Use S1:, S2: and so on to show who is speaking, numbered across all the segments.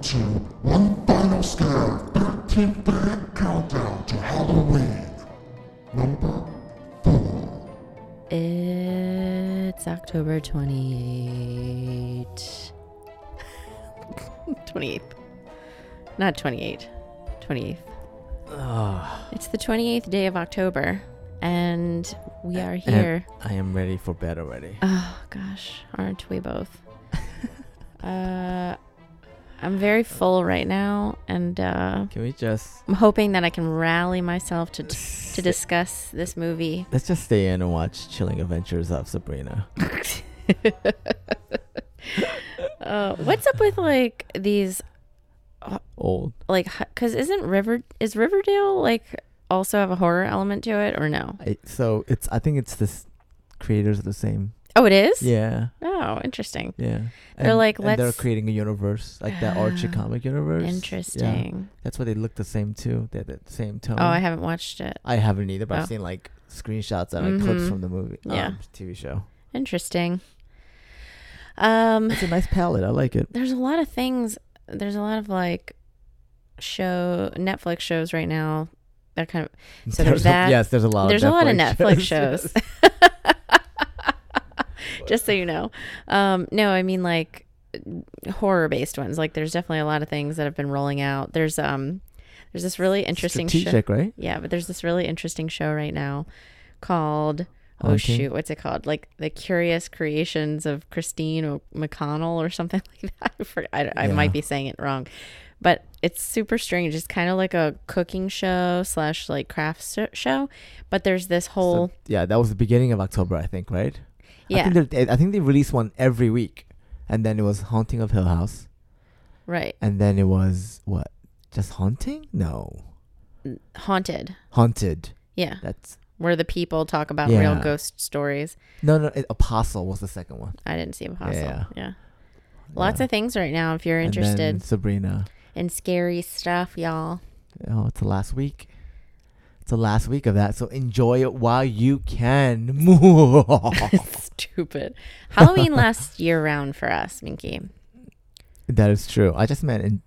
S1: to one final scare 13th day countdown to Halloween. Number 4.
S2: It's October 28th. 28th. Not 28. 28th. It's the 28th day of October, and we are
S3: Uh, And
S2: here.
S3: I am ready for bed already.
S2: Oh, gosh. Aren't we both? uh, I'm very full right now, and uh,
S3: Can we just
S2: I'm hoping that I can rally myself to, to
S3: st-
S2: discuss this movie.
S3: let's just stay in and watch Chilling Adventures of Sabrina?
S2: Uh, what's up with like these
S3: Old.
S2: like because isn't river is riverdale like also have a horror element to it or no
S3: I, so it's I think it's this creators are the same.
S2: oh it is
S3: Yeah,
S2: oh interesting
S3: yeah.
S2: They're like,
S3: and they're
S2: let's-
S3: creating a universe like that Archie
S2: Ah,
S3: comic universe. Yeah.
S2: interesting
S3: That's why they look the same too. They're the same tone.
S2: oh i haven't watched it
S3: I haven't either, but
S2: Oh.
S3: I've seen like screenshots and like clips
S2: Mhm.
S3: from the movie.
S2: Yeah.
S3: um, TV show.
S2: interesting um
S3: It's a nice palette. I like it.
S2: there's a lot of things there's a lot of like show netflix shows right now that kind of So there's
S3: a-
S2: that.
S3: yes, there's a lot.
S2: there's
S3: of
S2: a lot of
S3: Netflix
S2: netflix shows just so you know um no i mean like horror based ones like there's definitely a lot of things that have been rolling out there's um there's this really interesting show
S3: Strategic, right?
S2: Yeah, but there's this really interesting show right now called Oh
S3: Haunting?
S2: shoot, what's it called? Like the Curious Creations of Christine O- McConnell or something like that. I, forgot, I, I
S3: Yeah.
S2: might be saying it wrong, but it's super strange. It's kind of like a cooking show slash like craft so- show, but there's this
S3: So-
S2: whole
S3: yeah, that was the beginning of October, I think, right?
S2: yeah
S3: I think, they- I think they released one every week, and then it was Haunting of Hill House,
S2: right
S3: and then it was what? Just haunting? No,
S2: haunted
S3: haunted.
S2: yeah
S3: That's
S2: where the people talk about real
S3: Yeah.
S2: ghost stories.
S3: no, no. It, Apostle was the second one.
S2: I didn't see Apostle. Yeah.
S3: Yeah.
S2: Lots
S3: Yeah.
S2: of things right now if you're
S3: And then
S2: interested
S3: Sabrina.
S2: in scary stuff, y'all.
S3: Oh, it's the last week. It's the last week of that, so enjoy it while you can. that
S2: Stupid. Halloween lasts year round for us, Minky.
S3: is true. I just meant in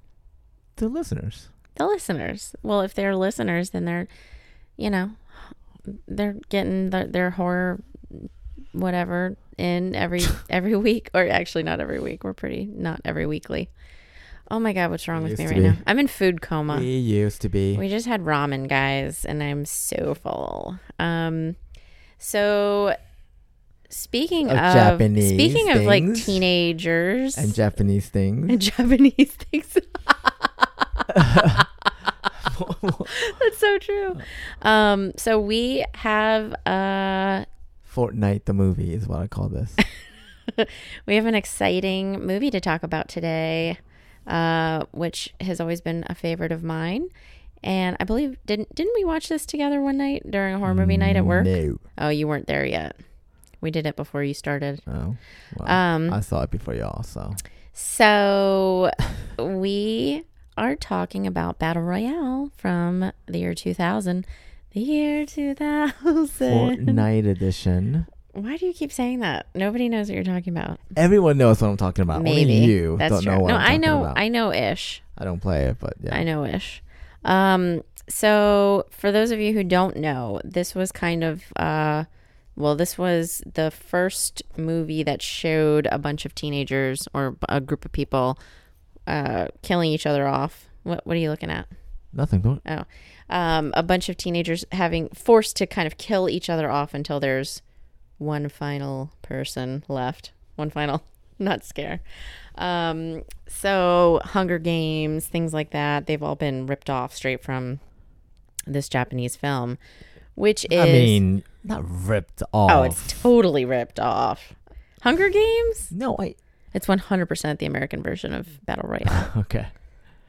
S3: the listeners.
S2: The listeners. Well, if they're listeners, then they're, you know, they're getting their, their horror, whatever, in every every week, or actually not every week. We're pretty not every weekly. Oh my God, what's wrong
S3: It
S2: with me
S3: used
S2: right
S3: to
S2: now?
S3: be.
S2: I'm in food coma.
S3: We used to be.
S2: We just had ramen, guys, and I'm so full. Um, so speaking
S3: Of
S2: of,
S3: Japanese
S2: speaking of like
S3: things.
S2: teenagers
S3: and Japanese things.
S2: and Japanese things, that's so true. Um, so we have uh,
S3: Fortnite the movie is what I call this.
S2: we have an exciting movie to talk about today, uh, which has always been a favorite of mine. And I believe didn't didn't we watch this together one night during a horror movie night at work?
S3: No.
S2: Oh, you weren't there yet. We did it before you started.
S3: Oh. Well,
S2: Um,
S3: I saw it before y'all, so
S2: So we are talking about Battle Royale from the year 2000. The year 2000.
S3: Fortnite edition.
S2: Why do you keep saying that? Nobody knows what you're talking about.
S3: Everyone knows what I'm talking about.
S2: Maybe
S3: Only you
S2: that's
S3: don't
S2: true.
S3: know what
S2: no,
S3: I'm
S2: I
S3: talking
S2: know.
S3: about.
S2: I know ish.
S3: I don't play it, but yeah.
S2: I know ish. Um, so for those of you who don't know, this was kind of uh, well, this was the first movie that showed a bunch of teenagers or a group of people uh, killing each other off. What What are you looking at?
S3: Nothing. Don't,
S2: Oh, um, a bunch of teenagers having forced to kind of kill each other off until there's one final person left. One final, not scare. Um, so Hunger Games, things like that, they've all been ripped off straight from this Japanese film, which is
S3: I mean, not ripped off.
S2: oh, it's totally ripped off. Hunger Games,
S3: no, I.
S2: it's 100% the American version of Battle Royale.
S3: Okay.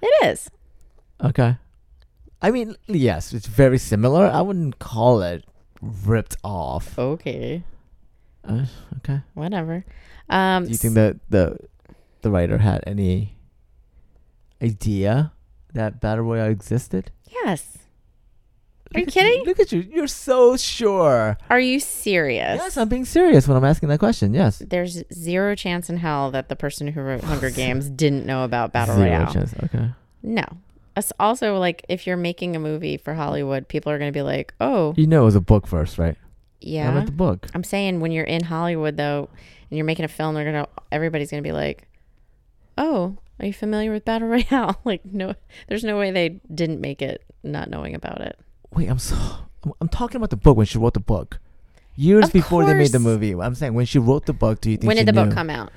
S2: it is.
S3: Okay. I mean, yes, it's very similar. I wouldn't call it ripped off.
S2: Okay, Oh.
S3: Uh, okay.
S2: whatever. Um,
S3: Do you think that the the writer had any idea that battle royale existed?
S2: Yes. Are you
S3: Look at
S2: kidding?
S3: Look at you. You're so sure.
S2: Are you serious?
S3: Yes, I'm being serious when I'm asking that question. Yes.
S2: There's zero chance in hell that the person who wrote Hunger Games didn't know about Battle
S3: Zero
S2: Royale.
S3: chance. Okay.
S2: No. As- Also, like, if you're making a movie for Hollywood, people are going to be like, oh,
S3: You know it was a book first, right? I
S2: yeah.
S3: read the book.
S2: I'm saying when you're in Hollywood, though, and you're making a film, they're going to, everybody's going to be like, oh, are you familiar with Battle Royale? like, no, there's no way they didn't make it not knowing about it.
S3: Wait, I'm so. I'm, I'm talking about the book when she wrote the book. Years
S2: Of
S3: before they made the
S2: course.
S3: movie. I'm saying when she wrote the book, do you think
S2: When
S3: she
S2: did the book
S3: knew?
S2: come out?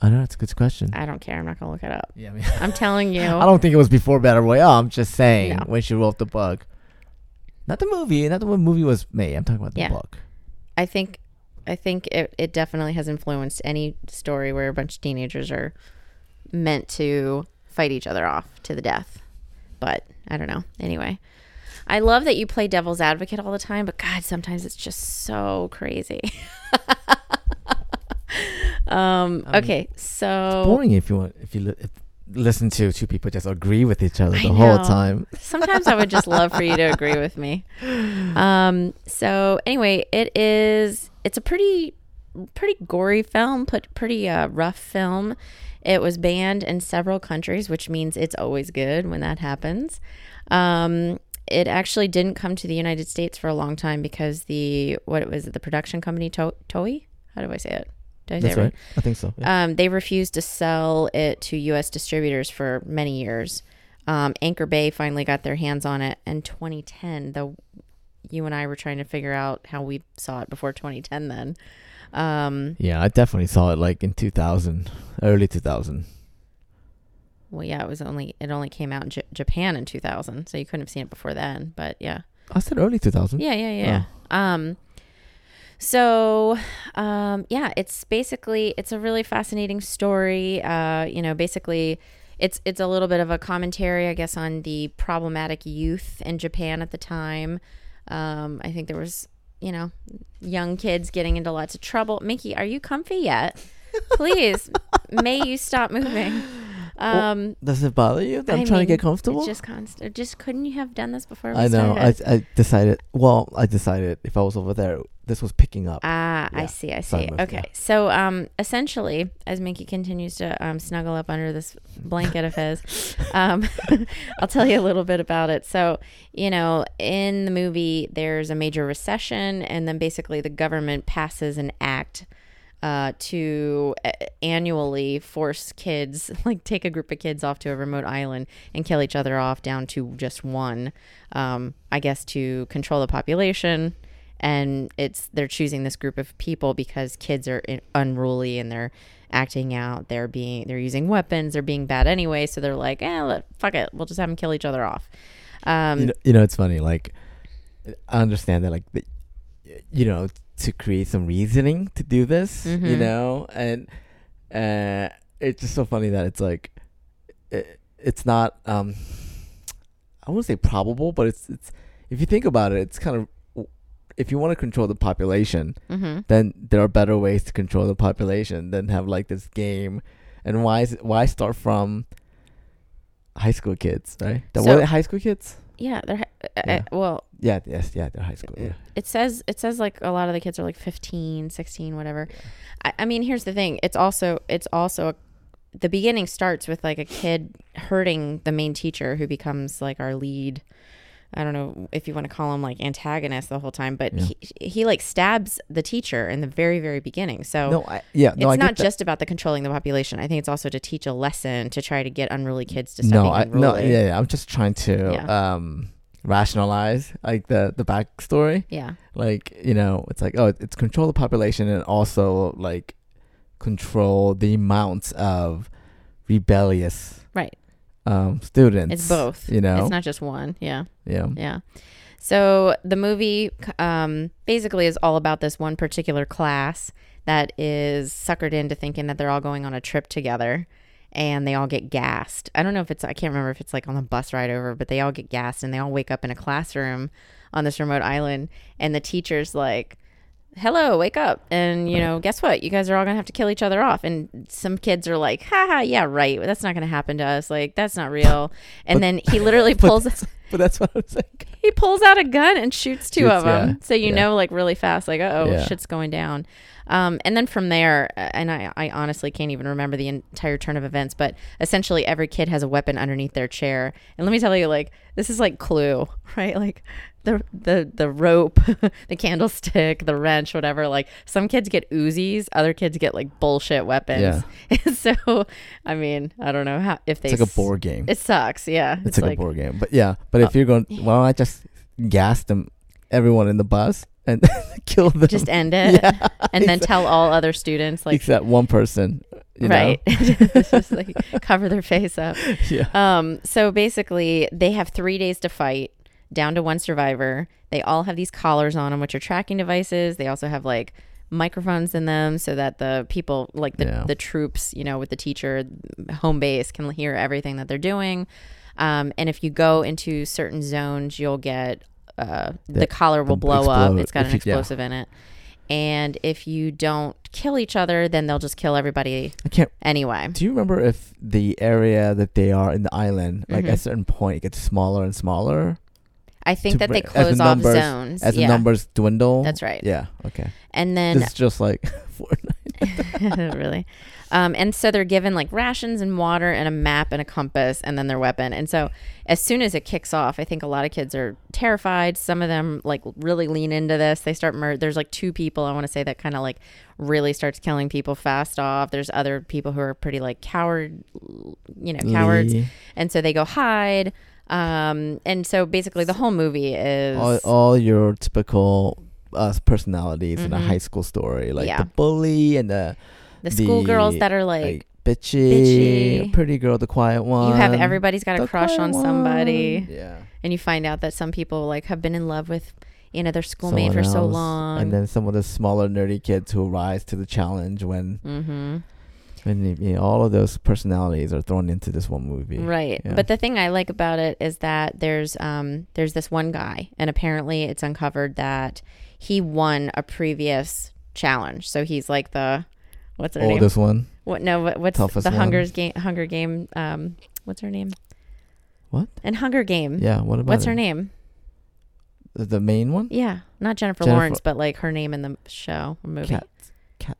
S3: I know that's a good question.
S2: I don't care. I'm not going to look it up.
S3: yeah, I mean,
S2: I'm telling you.
S3: I don't think it was before Battle Royale. I'm just saying
S2: No.
S3: when she wrote the book, not the movie. Not the one movie was made. I'm talking about the
S2: Yeah.
S3: book.
S2: I think I think it, it definitely has influenced any story where a bunch of teenagers are meant to fight each other off to the death. But I don't know. Anyway. I love that you play devil's advocate all the time, but God, sometimes it's just so crazy. um, okay, so
S3: Boring if you want if you li- if listen to two people just agree with each other
S2: I
S3: the whole
S2: know.
S3: time.
S2: sometimes I would just love for you to agree with me. Um, so anyway, it is it's a pretty pretty gory film, put pretty uh, rough film. It was banned in several countries, which means it's always good when that happens. Um, it actually didn't come to the United States for a long time because the what was it, the production company to- Toei? How do I say it? Did I say
S3: That's
S2: it right?
S3: right. I think so. Yeah.
S2: um, they refused to sell it to U.S. distributors for many years. Um, Anchor Bay finally got their hands on it in 2010. Though you and I were trying to figure out how we saw it before 2010. Then, um,
S3: yeah, I definitely saw it like in 2000, early 2000.
S2: well, yeah, it was only it only came out in J- Japan in 2000, so you couldn't have seen it before then. But yeah,
S3: I said early 2000.
S2: Yeah, yeah, yeah. Um so um yeah, it's basically it's a really fascinating story. Uh you know, basically it's it's a little bit of a commentary I guess on the problematic youth in Japan at the time. Um I think there was, you know, young kids getting into lots of trouble. Mickey, are you comfy yet? Please, may you stop moving. Um
S3: Does it bother you that I'm
S2: I
S3: trying to
S2: mean,
S3: get comfortable?
S2: it's just constant. Just couldn't you have done this before? We
S3: I know.
S2: Started?
S3: I, I decided. Well, I decided if I was over there, this was picking up.
S2: Ah, I
S3: Yeah,
S2: see. I
S3: side
S2: see.
S3: move,
S2: Okay.
S3: yeah.
S2: So, um, essentially, as Mickey continues to um, snuggle up under this blanket of his, um, I'll tell you a little bit about it. So, you know, in the movie, there's a major recession, and then basically the government passes an act uh, to uh, annually force kids, like take a group of kids off to a remote island and kill each other off down to just one, um, I guess, to control the population. And it's they're choosing this group of people because kids are in, unruly and they're acting out. They're being they're using weapons. They're being bad anyway. So they're like, eh, let, fuck it. We'll just have them kill each other off. Um,
S3: you know, you know, it's funny. Like, I understand that. Like, the, you know, to create some reasoning to do this, you
S2: Mhm.
S3: know, and uh, it's just so funny that it's like, it, it's not. Um, I wouldn't say probable, but it's it's. If you think about it, it's kind of. If you want to control the population,
S2: mhm.
S3: then there are better ways to control the population than have like this game. And why is it, why start from high school kids, right? The,
S2: So-
S3: were they high school kids?
S2: Yeah, they're uh,
S3: Yeah.
S2: uh, well.
S3: Yeah, yes, yeah, they're high school. Yeah.
S2: it says it says like a lot of the kids are like 15 16 whatever I, I mean here's the thing it's also it's also a, the beginning starts with like a kid hurting the main teacher who becomes like our lead i don't know if you want to call him like antagonist the whole time but
S3: Yeah.
S2: he, he like stabs the teacher in the very very beginning so
S3: No, I yeah, no,
S2: Oh. it's
S3: I get
S2: not
S3: that.
S2: just about the controlling the population. I think it's also to teach a lesson to try to get unruly kids to stop
S3: no,
S2: being
S3: I
S2: unruly.
S3: no, yeah, yeah, I'm just trying to
S2: Yeah.
S3: um rationalize like the the backstory.
S2: yeah.
S3: Like you know, it's like oh, it's control the population and also like control the amounts of rebellious
S2: Right.
S3: um students.
S2: It's both.
S3: You know,
S2: It's not just one. Yeah.
S3: yeah.
S2: Yeah. So the movie um, basically is all about this one particular class that is suckered into thinking that they're all going on a trip together and they all get gassed. I don't know if it's, I can't remember if it's like on a bus ride over, but they all get gassed and they all wake up in a classroom on this remote island and the teacher's like, hello wake up and you know guess what you guys are all gonna have to kill each other off and some kids are like haha yeah right that's not gonna happen to us like that's not real and then he literally pulls
S3: but that's what I was like.
S2: he pulls out a gun and shoots two of
S3: Shoots, yeah,
S2: them. So you
S3: yeah.
S2: know, like really fast, like oh,
S3: Yeah.
S2: shit's going down. Um, and then from there, uh, and I, I honestly can't even remember the entire turn of events, but essentially every kid has a weapon underneath their chair. And let me tell you, like this is like Clue, right? Like the the the rope, the candlestick, the wrench, whatever. Like some kids get Uzis, other kids get like bullshit weapons. so I mean, I don't know how if they
S3: It's like a
S2: s- Oh.
S3: board game.
S2: It sucks. Yeah,
S3: It's, like, a board game. But yeah, but if you're going, why don't I just gas them, everyone in the bus, and kill them?
S2: just end it
S3: Yeah,
S2: and then tell all other students like
S3: except one person. You
S2: right It's just like cover their face up
S3: Know? Yeah.
S2: um so basically they have three days to fight down to one survivor they all have these collars on them which are tracking devices they also have like microphones in them so that the people like the,
S3: Yeah.
S2: the troops you know with the teacher home base can hear everything that they're doing um, and if you go into certain zones you'll get uh, the, collar will
S3: the
S2: blow up
S3: explode-
S2: it's got
S3: if
S2: an
S3: you- yeah.
S2: explosive in it and if you don't kill each other then they'll just kill everybody
S3: I can't.
S2: anyway
S3: Do you remember if the area that they are in the island, like
S2: Mm-hmm.
S3: at a certain point, it gets smaller and smaller?
S2: i think
S3: to
S2: that they
S3: br- as the
S2: close off
S3: numbers-
S2: zones
S3: As
S2: yeah.
S3: the numbers dwindle?
S2: That's right.
S3: Yeah. Okay.
S2: and then
S3: This is just like Fortnite.
S2: really. Um, and so they're given like rations and water and a map and a compass and then their weapon. And so as soon as it kicks off, I think a lot of kids are terrified. Some of them like really lean into this. They start mur- there's like two people I want to say that kind of like really starts killing people fast off. There's other people who are pretty like coward, you know, cowards.
S3: Lee.
S2: And so they go hide. Um, and so basically the whole movie is
S3: all, all your typical uh, personalities in a high school story, like
S2: Mm-hmm. Yeah.
S3: the bully and the
S2: the schoolgirls
S3: the,
S2: that are
S3: like
S2: like
S3: bitchy,
S2: bitchy.
S3: pretty girl, the quiet one.
S2: you have everybody's got a
S3: the
S2: crush
S3: quiet
S2: on somebody.
S3: one. Yeah,
S2: and you find out that some people like have been in love with you know their schoolmate for
S3: Someone
S2: so
S3: else.
S2: long
S3: and then some of the smaller nerdy kids who rise to the challenge when
S2: mm-hmm.
S3: when you- you know, all of those personalities are thrown into this one movie.
S2: right
S3: Yeah.
S2: but the thing i like about it is that there's um there's this one guy and apparently it's uncovered that he won a previous challenge so he's like the what's her name
S3: Oldest one.
S2: what no what, what's
S3: Oh, toughest
S2: the
S3: one.
S2: hunger's game hunger game um what's her name
S3: What?
S2: and hunger game
S3: Yeah. What about
S2: Hmm? what's her
S3: it?
S2: name
S3: The- The main one.
S2: yeah not jennifer,
S3: Jennifer-
S2: lawrence but like her name in the show or movie
S3: Cat.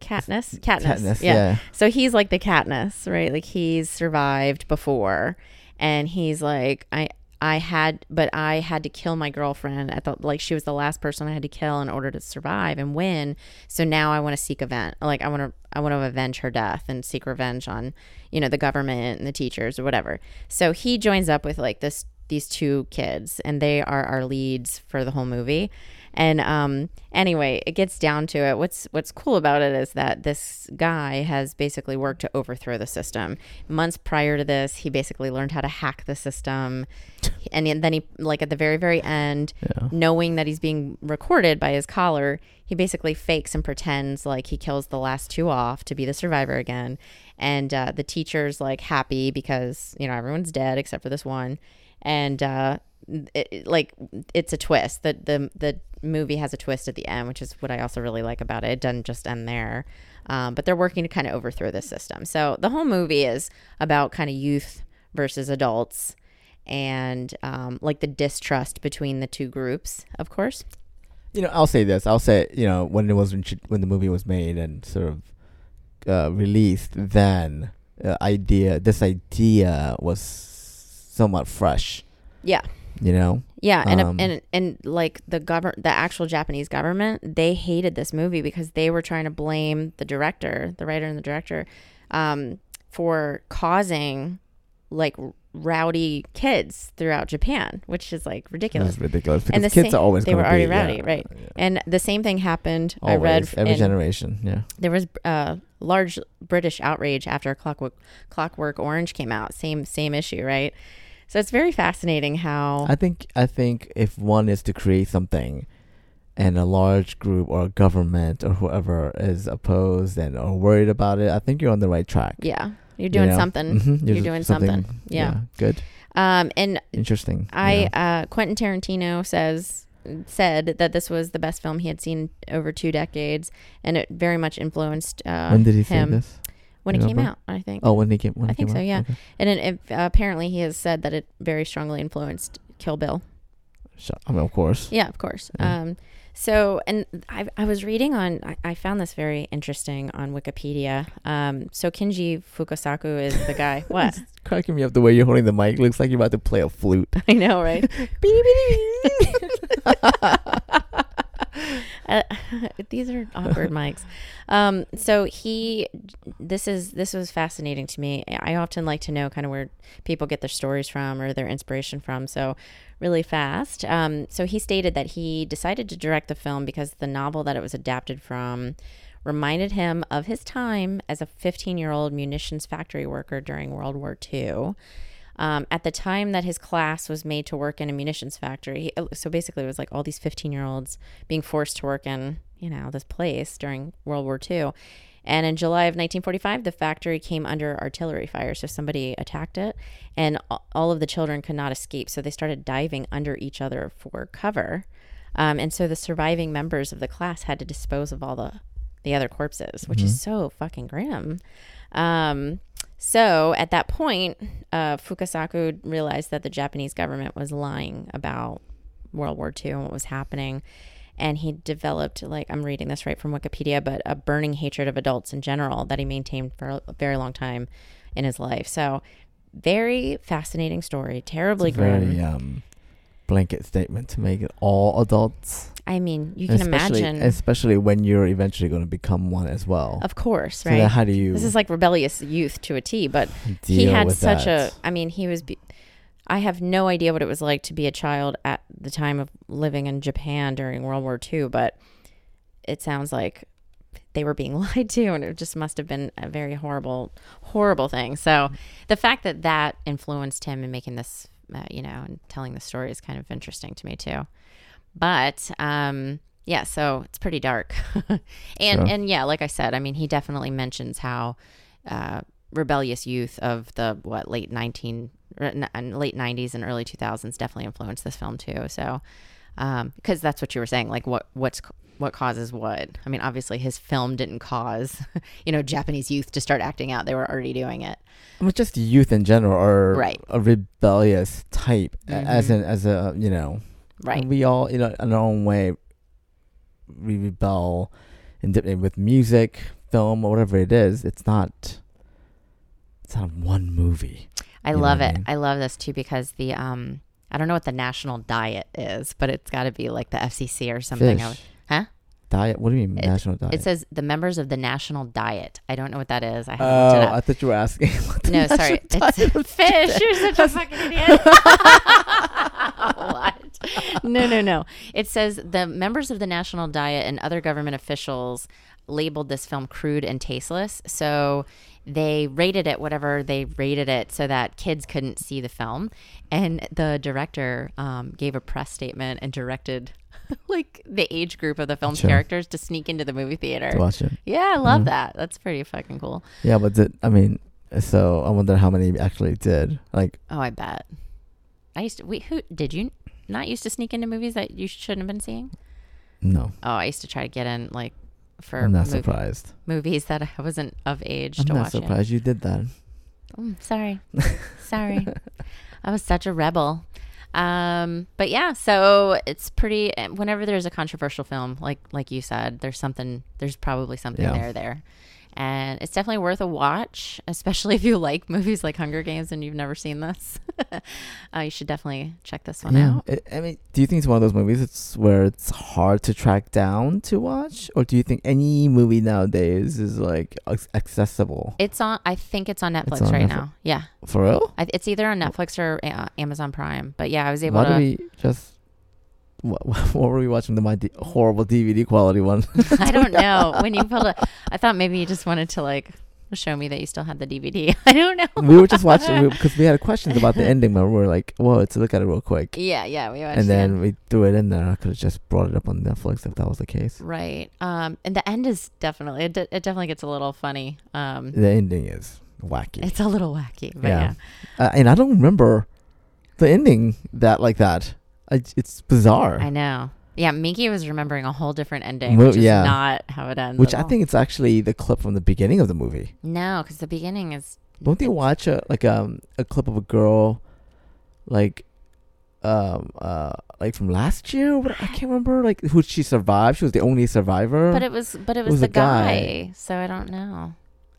S2: Katniss? Katniss.
S3: Katniss.
S2: yeah.
S3: Yeah.
S2: So he's like the Katniss, right? Like he's survived before, and he's like, I, I had, but I had to kill my girlfriend at the like she was the last person I had to kill in order to survive and win. So now I want to seek event, like I want to, I want to avenge her death and seek revenge on, you know, the government and the teachers or whatever. So he joins up with like this these two kids and they are our leads for the whole movie and um anyway it gets down to it what's what's cool about it is that this guy has basically worked to overthrow the system months prior to this he basically learned how to hack the system and then he like at the very very end
S3: Yeah.
S2: knowing that he's being recorded by his collar, he basically fakes and pretends like he kills the last two off to be the survivor again. And uh, the teacher's like happy because, you know, everyone's dead except for this one. And uh, it, it- like, it's a twist. The, the, the movie has a twist at the end, which is what I also really like about it. It doesn't just end there. Um, but they're working to kind of overthrow the system. So the whole movie is about kind of youth versus adults and um, like the distrust between the two groups, of course.
S3: you know, I'll say this. I'll say, you know, when it was intro- when the movie was made and sort of uh, released, then uh, idea this idea was somewhat fresh.
S2: Yeah.
S3: You know,
S2: Yeah, and
S3: Um,
S2: and and like the govern the actual Japanese government, they hated this movie because they were trying to blame the director, the writer and the director, um, for causing like rowdy kids throughout Japan, which is like ridiculous.
S3: that's ridiculous because
S2: And the
S3: kids
S2: same-
S3: are always
S2: they were
S3: gonna
S2: already
S3: be,
S2: rowdy,
S3: yeah,
S2: right?
S3: yeah,
S2: And the same thing happened. I read
S3: always,
S2: f-
S3: every
S2: in-
S3: generation. Yeah,
S2: there was uh, large British outrage after Clockwork Clockwork Orange came out. Same same issue, right? So it's very fascinating how
S3: I think I think if one is to create something, and a large group or a government or whoever is opposed and or worried about it, I think you're on the right track.
S2: yeah you're doing
S3: know?
S2: something.
S3: Mhm,
S2: You're,
S3: just-
S2: doing something. Yeah.
S3: good,
S2: Um, and
S3: interesting.
S2: I
S3: yeah.
S2: uh, Quentin Tarantino says said that this was the best film he had seen over two decades, and it very much influenced uh,
S3: when did he
S2: him
S3: say this?
S2: when it came
S3: Remember?
S2: out. I think.
S3: Oh, when he came. When
S2: I
S3: it
S2: think
S3: came
S2: so,
S3: out?
S2: yeah.
S3: Okay.
S2: And it, it, apparently, he has said that it very strongly influenced Kill Bill.
S3: Shut- I mean, of course.
S2: Yeah, of course.
S3: Yeah.
S2: Um, so, and I, I was reading on, I, I found this very interesting on Wikipedia. Um, so Kinji Fukasaku is the guy. What?
S3: It's cracking me up the way you're holding the mic. Looks like you're about to play a flute.
S2: I know, right? Uh, these are awkward mics. Um, so he, this is this was fascinating to me. I often like to know kind of where people get their stories from or their inspiration from. So really fast. Um, so he stated that he decided to direct the film because the novel that it was adapted from reminded him of his time as a 15 year old munitions factory worker during World War II. Um, at the time that his class was made to work in a munitions factory, he- uh, so basically it was like all these 15 year olds being forced to work in, you know, this place during World War II. And in July of 1945, the factory came under artillery fire. So somebody attacked it, and a- all of the children could not escape. So they started diving under each other for cover. Um, and so the surviving members of the class had to dispose of all the, the other corpses, which is so fucking grim. Um, so at that point, uh, Fukasaku realized that the Japanese government was lying about World War II and what was happening. And he developed, like, I'm reading this right from Wikipedia, but a burning hatred of adults in general that he maintained for a very long time in his life. So, very fascinating story. Terribly grim.
S3: Very um, blanket statement to make it all adults.
S2: I mean, you can
S3: especially,
S2: imagine.
S3: especially when you're eventually going to become one as well.
S2: of course,
S3: so
S2: right?
S3: then how do you
S2: this is like rebellious youth to a T, but
S3: deal
S2: he had
S3: with
S2: such
S3: that?
S2: a i mean he was be- i have no idea what it was like to be a child at the time of living in japan during world war ii but it sounds like they were being lied to and it just must have been a very horrible horrible thing so the fact that that influenced him in making this uh, you know and telling the story is kind of interesting to me too but um yeah so it's pretty dark and
S3: Sure.
S2: and yeah like i said i mean he definitely mentions how uh rebellious youth of the what late 19 or n- and late 90s and early 2000s definitely influenced this film too so um because that's what you were saying like what what's what causes what i mean obviously his film didn't cause you know japanese youth to start acting out they were already doing it
S3: I mean, just youth in general are
S2: Right.
S3: a rebellious type, a- as
S2: Mhm.
S3: an as a you know,
S2: right
S3: We all you know in our own way, we rebel, and dip- with music, film, or whatever it is, it's not. It's not one movie.
S2: I
S3: You know
S2: love
S3: what I
S2: it.
S3: mean?
S2: I love this too because the um I don't know what the national diet is, but it's got to be like the FCC or something. I
S3: Fish.
S2: would- Huh?
S3: Diet? What do you mean national diet?
S2: It says the members of the national diet. I don't know what that is. I haven't looked
S3: oh,
S2: it
S3: I
S2: up.
S3: thought you were asking. what the
S2: no, sorry.
S3: national diet
S2: It's fish. You're such a fucking idiot. what? No, no, no. It says the members of the national diet and other government officials labeled this film crude and tasteless. So they rated it whatever they rated it so that kids couldn't see the film. And the director um, gave a press statement and directed like the age group of the film's
S3: Sure.
S2: characters to sneak into the movie
S3: to
S2: theater.
S3: watch it.
S2: Yeah, I love that. That's pretty fucking cool.
S3: Yeah, but did, I mean, so I wonder how many actually did. Like,
S2: Oh, I bet. I used to. Wait, who did you not used to sneak into movies that you shouldn't have been seeing?
S3: no,
S2: Oh, I used to try to get in like for
S3: I'm not
S2: mov-
S3: surprised.
S2: movies that I wasn't of age
S3: I'm
S2: to
S3: not
S2: watch. it.
S3: surprised you did that.
S2: Mm, sorry, sorry, I was such a rebel. Um, but yeah, so it's pretty. eh, Whenever there's a controversial film, like like you said, there's something. There's probably something
S3: Yeah.
S2: there there. And it's definitely worth a watch, especially if you like movies like Hunger Games and you've never seen this. uh, you should definitely check this one out.
S3: It- I mean, do you think it's one of those movies it's where it's hard to track down to watch, or do you think any movie nowadays is like ac- accessible
S2: It's on. I think it's on Netflix
S3: on
S2: right
S3: Netflix.
S2: now. Yeah,
S3: for real?
S2: I, it's either on Netflix or uh, Amazon Prime. But yeah, I was able
S3: Why
S2: to.
S3: do we just what, what were we watching the my D- horrible DVD quality one?
S2: I don't know when you pulled it. I thought maybe you just wanted to like show me that you still had the DVD. I don't know.
S3: we were just watching because we, had questions about the ending, but we were like, "Whoa, let's look at it real quick,"
S2: Yeah, yeah, we watched
S3: and
S2: it.
S3: then we threw it in there. I could have just brought it up on Netflix if that was the case.
S2: Right. Um, and the end is definitely it, de- it definitely gets a little funny. Um,
S3: The ending is wacky,
S2: it's a little wacky, but
S3: Yeah.
S2: yeah.
S3: uh, and I don't remember the ending that like that. I, it's bizarre.
S2: I know. Yeah, Minky was remembering a whole different ending,
S3: Well,
S2: which is
S3: yeah.
S2: not how it ends.
S3: Which
S2: at
S3: I
S2: all.
S3: think it's actually the clip from the beginning of the movie.
S2: no, because the beginning is
S3: Don't they watch a like um a clip of a girl, like, um uh like from last year but i can't remember like who she survived she was the only survivor
S2: But it was but it was,
S3: was
S2: the
S3: a guy.
S2: guy, so I don't know.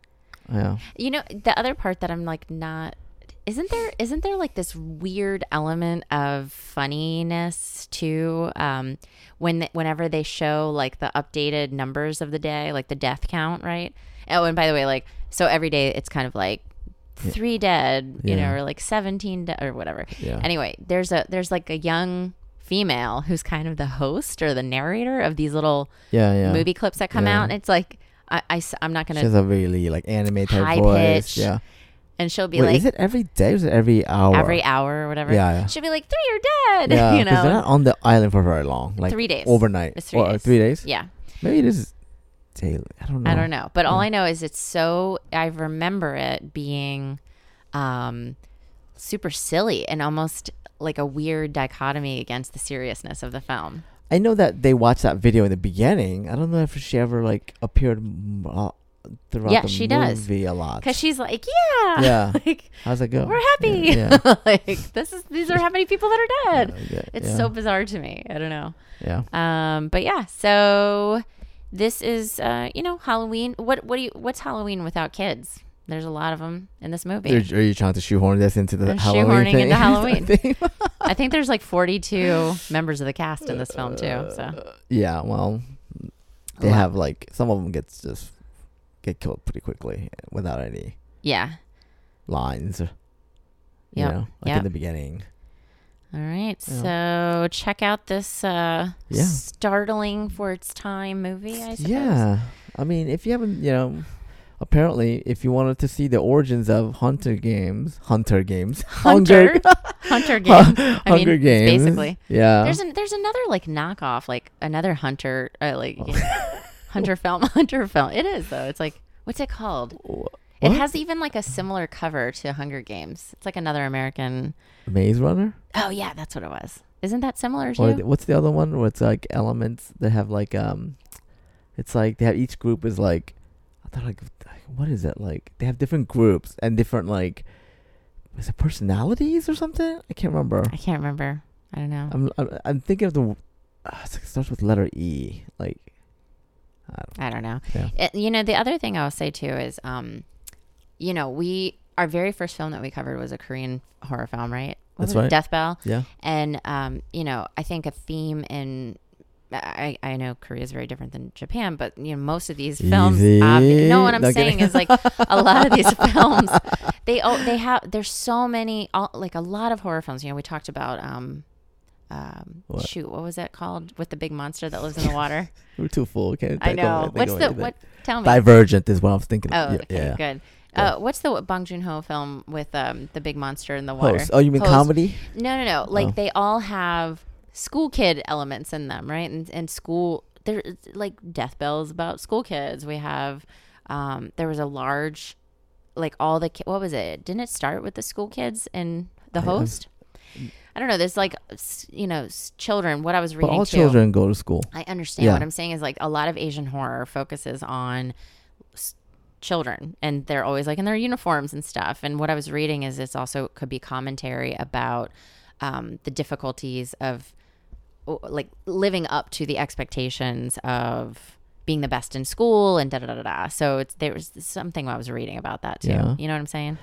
S3: yeah
S2: You know, the other part that I'm like not isn't there isn't there like this weird element of funniness too um when th- whenever they show like the updated numbers of the day like the death count right oh and by the way like so every day it's kind of like three dead you
S3: Yeah.
S2: know or like 17 de- or whatever
S3: Yeah.
S2: anyway there's a there's like a young female who's kind of the host or the narrator of these little
S3: yeah yeah
S2: movie clips that come
S3: Yeah.
S2: out and it's like I, I s- i'm not gonna
S3: she has a really like anime type
S2: High
S3: voice
S2: pitch,
S3: yeah
S2: and she'll be
S3: wait
S2: like
S3: is it every day or is it every hour
S2: every hour or whatever.
S3: Yeah, yeah.
S2: She'll be like, three are dead.
S3: yeah
S2: you
S3: 'cause they're
S2: know,
S3: not on the island for very long like
S2: three days.
S3: overnight
S2: It's three
S3: Or, uh,
S2: days.
S3: three days
S2: Yeah.
S3: maybe it is daily i don't know
S2: I don't know. But all I know is it's so, I remember it being um, super silly and almost like a weird dichotomy against the seriousness of the film.
S3: I know that they watched that video in the beginning. I don't know if she ever like appeared m- uh, throughout
S2: Yeah,
S3: the
S2: she does.
S3: movie a lot.
S2: Because she's like, yeah.
S3: Yeah.
S2: Like,
S3: How's it go?
S2: we're happy.
S3: Yeah.
S2: like, this is, these are how many people that are
S3: yeah.
S2: dead.
S3: Yeah,
S2: It's
S3: yeah,
S2: so bizarre to me. I don't know.
S3: yeah.
S2: Um, but yeah, so this is uh, you know Halloween. What what do you what's Halloween without kids? There's a lot of them in this
S3: Are,
S2: movie.
S3: are you trying to shoehorn this into the
S2: I'm
S3: Halloween
S2: shoehorning
S3: thing?
S2: into Halloween.
S3: Thing?
S2: I think there's like 42 members of the cast in this film too. So
S3: yeah. Well, they
S2: lot.
S3: have like some of them gets just get killed pretty quickly without any
S2: yeah,
S3: lines. Yep. You
S2: Yep,
S3: know, like
S2: yep.
S3: in the beginning.
S2: all right. So check out this uh,
S3: Yeah.
S2: startling for its time movie. I suppose.
S3: Yeah. I mean, if you haven't, you know, apparently, if you wanted to see the origins of Hunter Games, Hunter Games,
S2: Hunter Hunter Games. I mean,
S3: Hunger
S2: it's
S3: Games,
S2: basically.
S3: yeah,
S2: There's an, there's another like knockoff, like another Hunter, uh, like Hunter film, Hunter film. It is though. It's like what's it called?
S3: Wha-
S2: It
S3: what?
S2: has even like a similar cover to Hunger Games. It's like another American.
S3: Maze Runner.
S2: Oh yeah, that's what it was. Isn't that similar
S3: Or
S2: to?
S3: th- what's the other one? Where it's like elements that have like um, it's like they have each group is like, I thought like, like, what is it like? They have different groups and different like, is it personalities or something? I can't remember.
S2: I can't remember. I don't know.
S3: I'm I'm, I'm thinking of the, w- uh, it's like- it starts with letter E. Like, I don't
S2: I don't know.
S3: Yeah.
S2: It- you know, the other thing I'll say too is, um, you know, we our very first film that we covered was a Korean horror film, right? What was
S3: That's
S2: it?
S3: right.
S2: Death Bell.
S3: Yeah.
S2: And um, you know, I think a theme in I, I know Korea is very different than Japan, but you know most of these films.
S3: Easy.
S2: obvi- no, what I'm
S3: No, I'm
S2: saying
S3: kidding.
S2: is like a lot of these films. They all they have. There's so many. All, like a lot of horror films. You know, we talked about um, um,
S3: What?
S2: shoot, what was that called with the big monster that lives in the water?
S3: We're too full. Okay.
S2: I know. What's the what? Tell me.
S3: Divergent is what I was thinking.
S2: Oh,
S3: of. Yeah,
S2: okay,
S3: yeah.
S2: good.
S3: Yeah.
S2: Uh, what's the Bong Joon Ho film with um, the big monster in the water?
S3: Host. Oh, you mean
S2: Host.
S3: comedy?
S2: No, no, no. Like
S3: Oh.
S2: they all have school kid elements in them, right? And, and school, there like Death Bells about school kids. We have, um, there was a large, like all the ki- what was it? Didn't it start with the school kids and the
S3: I- uh, I've-
S2: host? I don't know. There's like, s- you know, s- children. What I was
S3: But
S2: reading.
S3: all
S2: too.
S3: children go to school.
S2: I understand
S3: Yeah.
S2: what I'm saying is like a lot of Asian horror focuses on s- children and they're always like in their uniforms and stuff. And what I was reading is it's also could be commentary about um, the difficulties of o- like living up to the expectations of being the best in school and da da da da. da. So it's, there was something I was reading about that too.
S3: Yeah.
S2: You know what I'm saying?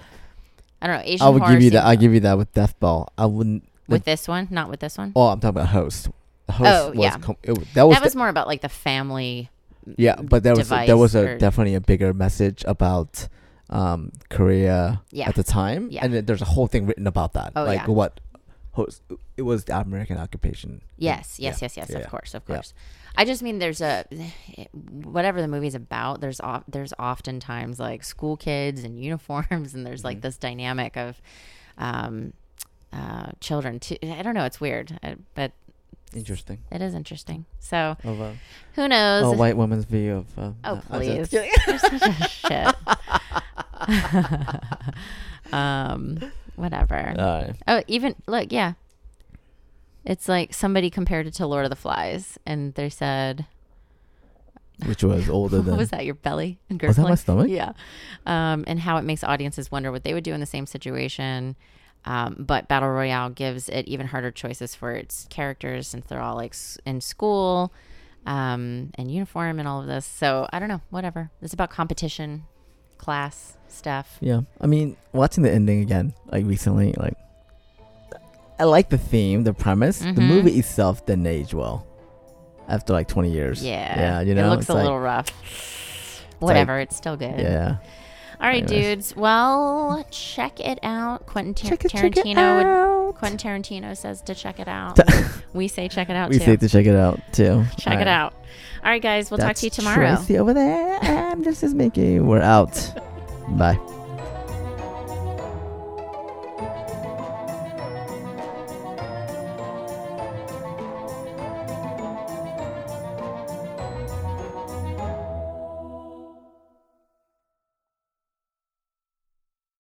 S2: I don't know. Asian
S3: I would
S2: horror
S3: give you that.
S2: seems-
S3: I give you that with Death Bell. I wouldn't.
S2: with this one, not with this one.
S3: Oh, I'm talking about host. The host
S2: Oh,
S3: was
S2: yeah.
S3: com- it, w- that was,
S2: that was more about like the family.
S3: the- yeah, but there was
S2: device
S3: there was a
S2: or-
S3: definitely a bigger message about um Korea
S2: Yeah.
S3: at the time,
S2: Yeah.
S3: and then there's a whole thing written about that,
S2: Oh,
S3: like
S2: yeah.
S3: what host it was the American occupation.
S2: Yes, yes, yes, yes.
S3: yeah,
S2: Of course, of
S3: yeah.
S2: course. I just mean there's a whatever the movie's about. There's of, there's oftentimes like school kids and uniforms, and there's
S3: Mm-hmm.
S2: like this dynamic of um, uh, children. Too. I don't know. It's weird, uh, but
S3: Interesting.
S2: it is interesting. So
S3: Of a,
S2: who knows?
S3: a white woman's view of. Uh,
S2: Oh,
S3: no, I'm
S2: please.
S3: just
S2: You're
S3: kidding.
S2: such a shit. um, whatever.
S3: All right.
S2: Oh, even look, yeah. It's like somebody compared it to Lord of the Flies, and they said,
S3: Which was older than.
S2: "What was that? Your belly and
S3: Was that
S2: gurgling?"
S3: my stomach?
S2: Yeah, um, and how it makes audiences wonder what they would do in the same situation. Um, but Battle Royale gives it even harder choices for its characters since they're all like s- in school um, and uniform and all of this. So I don't know, whatever. It's about competition, class stuff.
S3: Yeah, I mean, watching the ending again, like recently, like I like the theme, the premise. The
S2: Mhm.
S3: movie itself didn't age well after like twenty years.
S2: Yeah.
S3: yeah, you know,
S2: it looks
S3: it's
S2: a
S3: like-
S2: little rough. Whatever, it's still good.
S3: Yeah,
S2: All right,
S3: Anyways.
S2: dudes. Well, check it out. Quentin Tar-
S3: Check it- check it
S2: Tarantino. would- Quentin Tarantino says to check it out. we say check it out
S3: we
S2: too.
S3: say to check it out too.
S2: check
S3: All
S2: it
S3: right.
S2: out. All right, guys. We'll talk
S3: That's
S2: to you tomorrow.
S3: Tracy over there. and this is Mickey. We're out. Bye.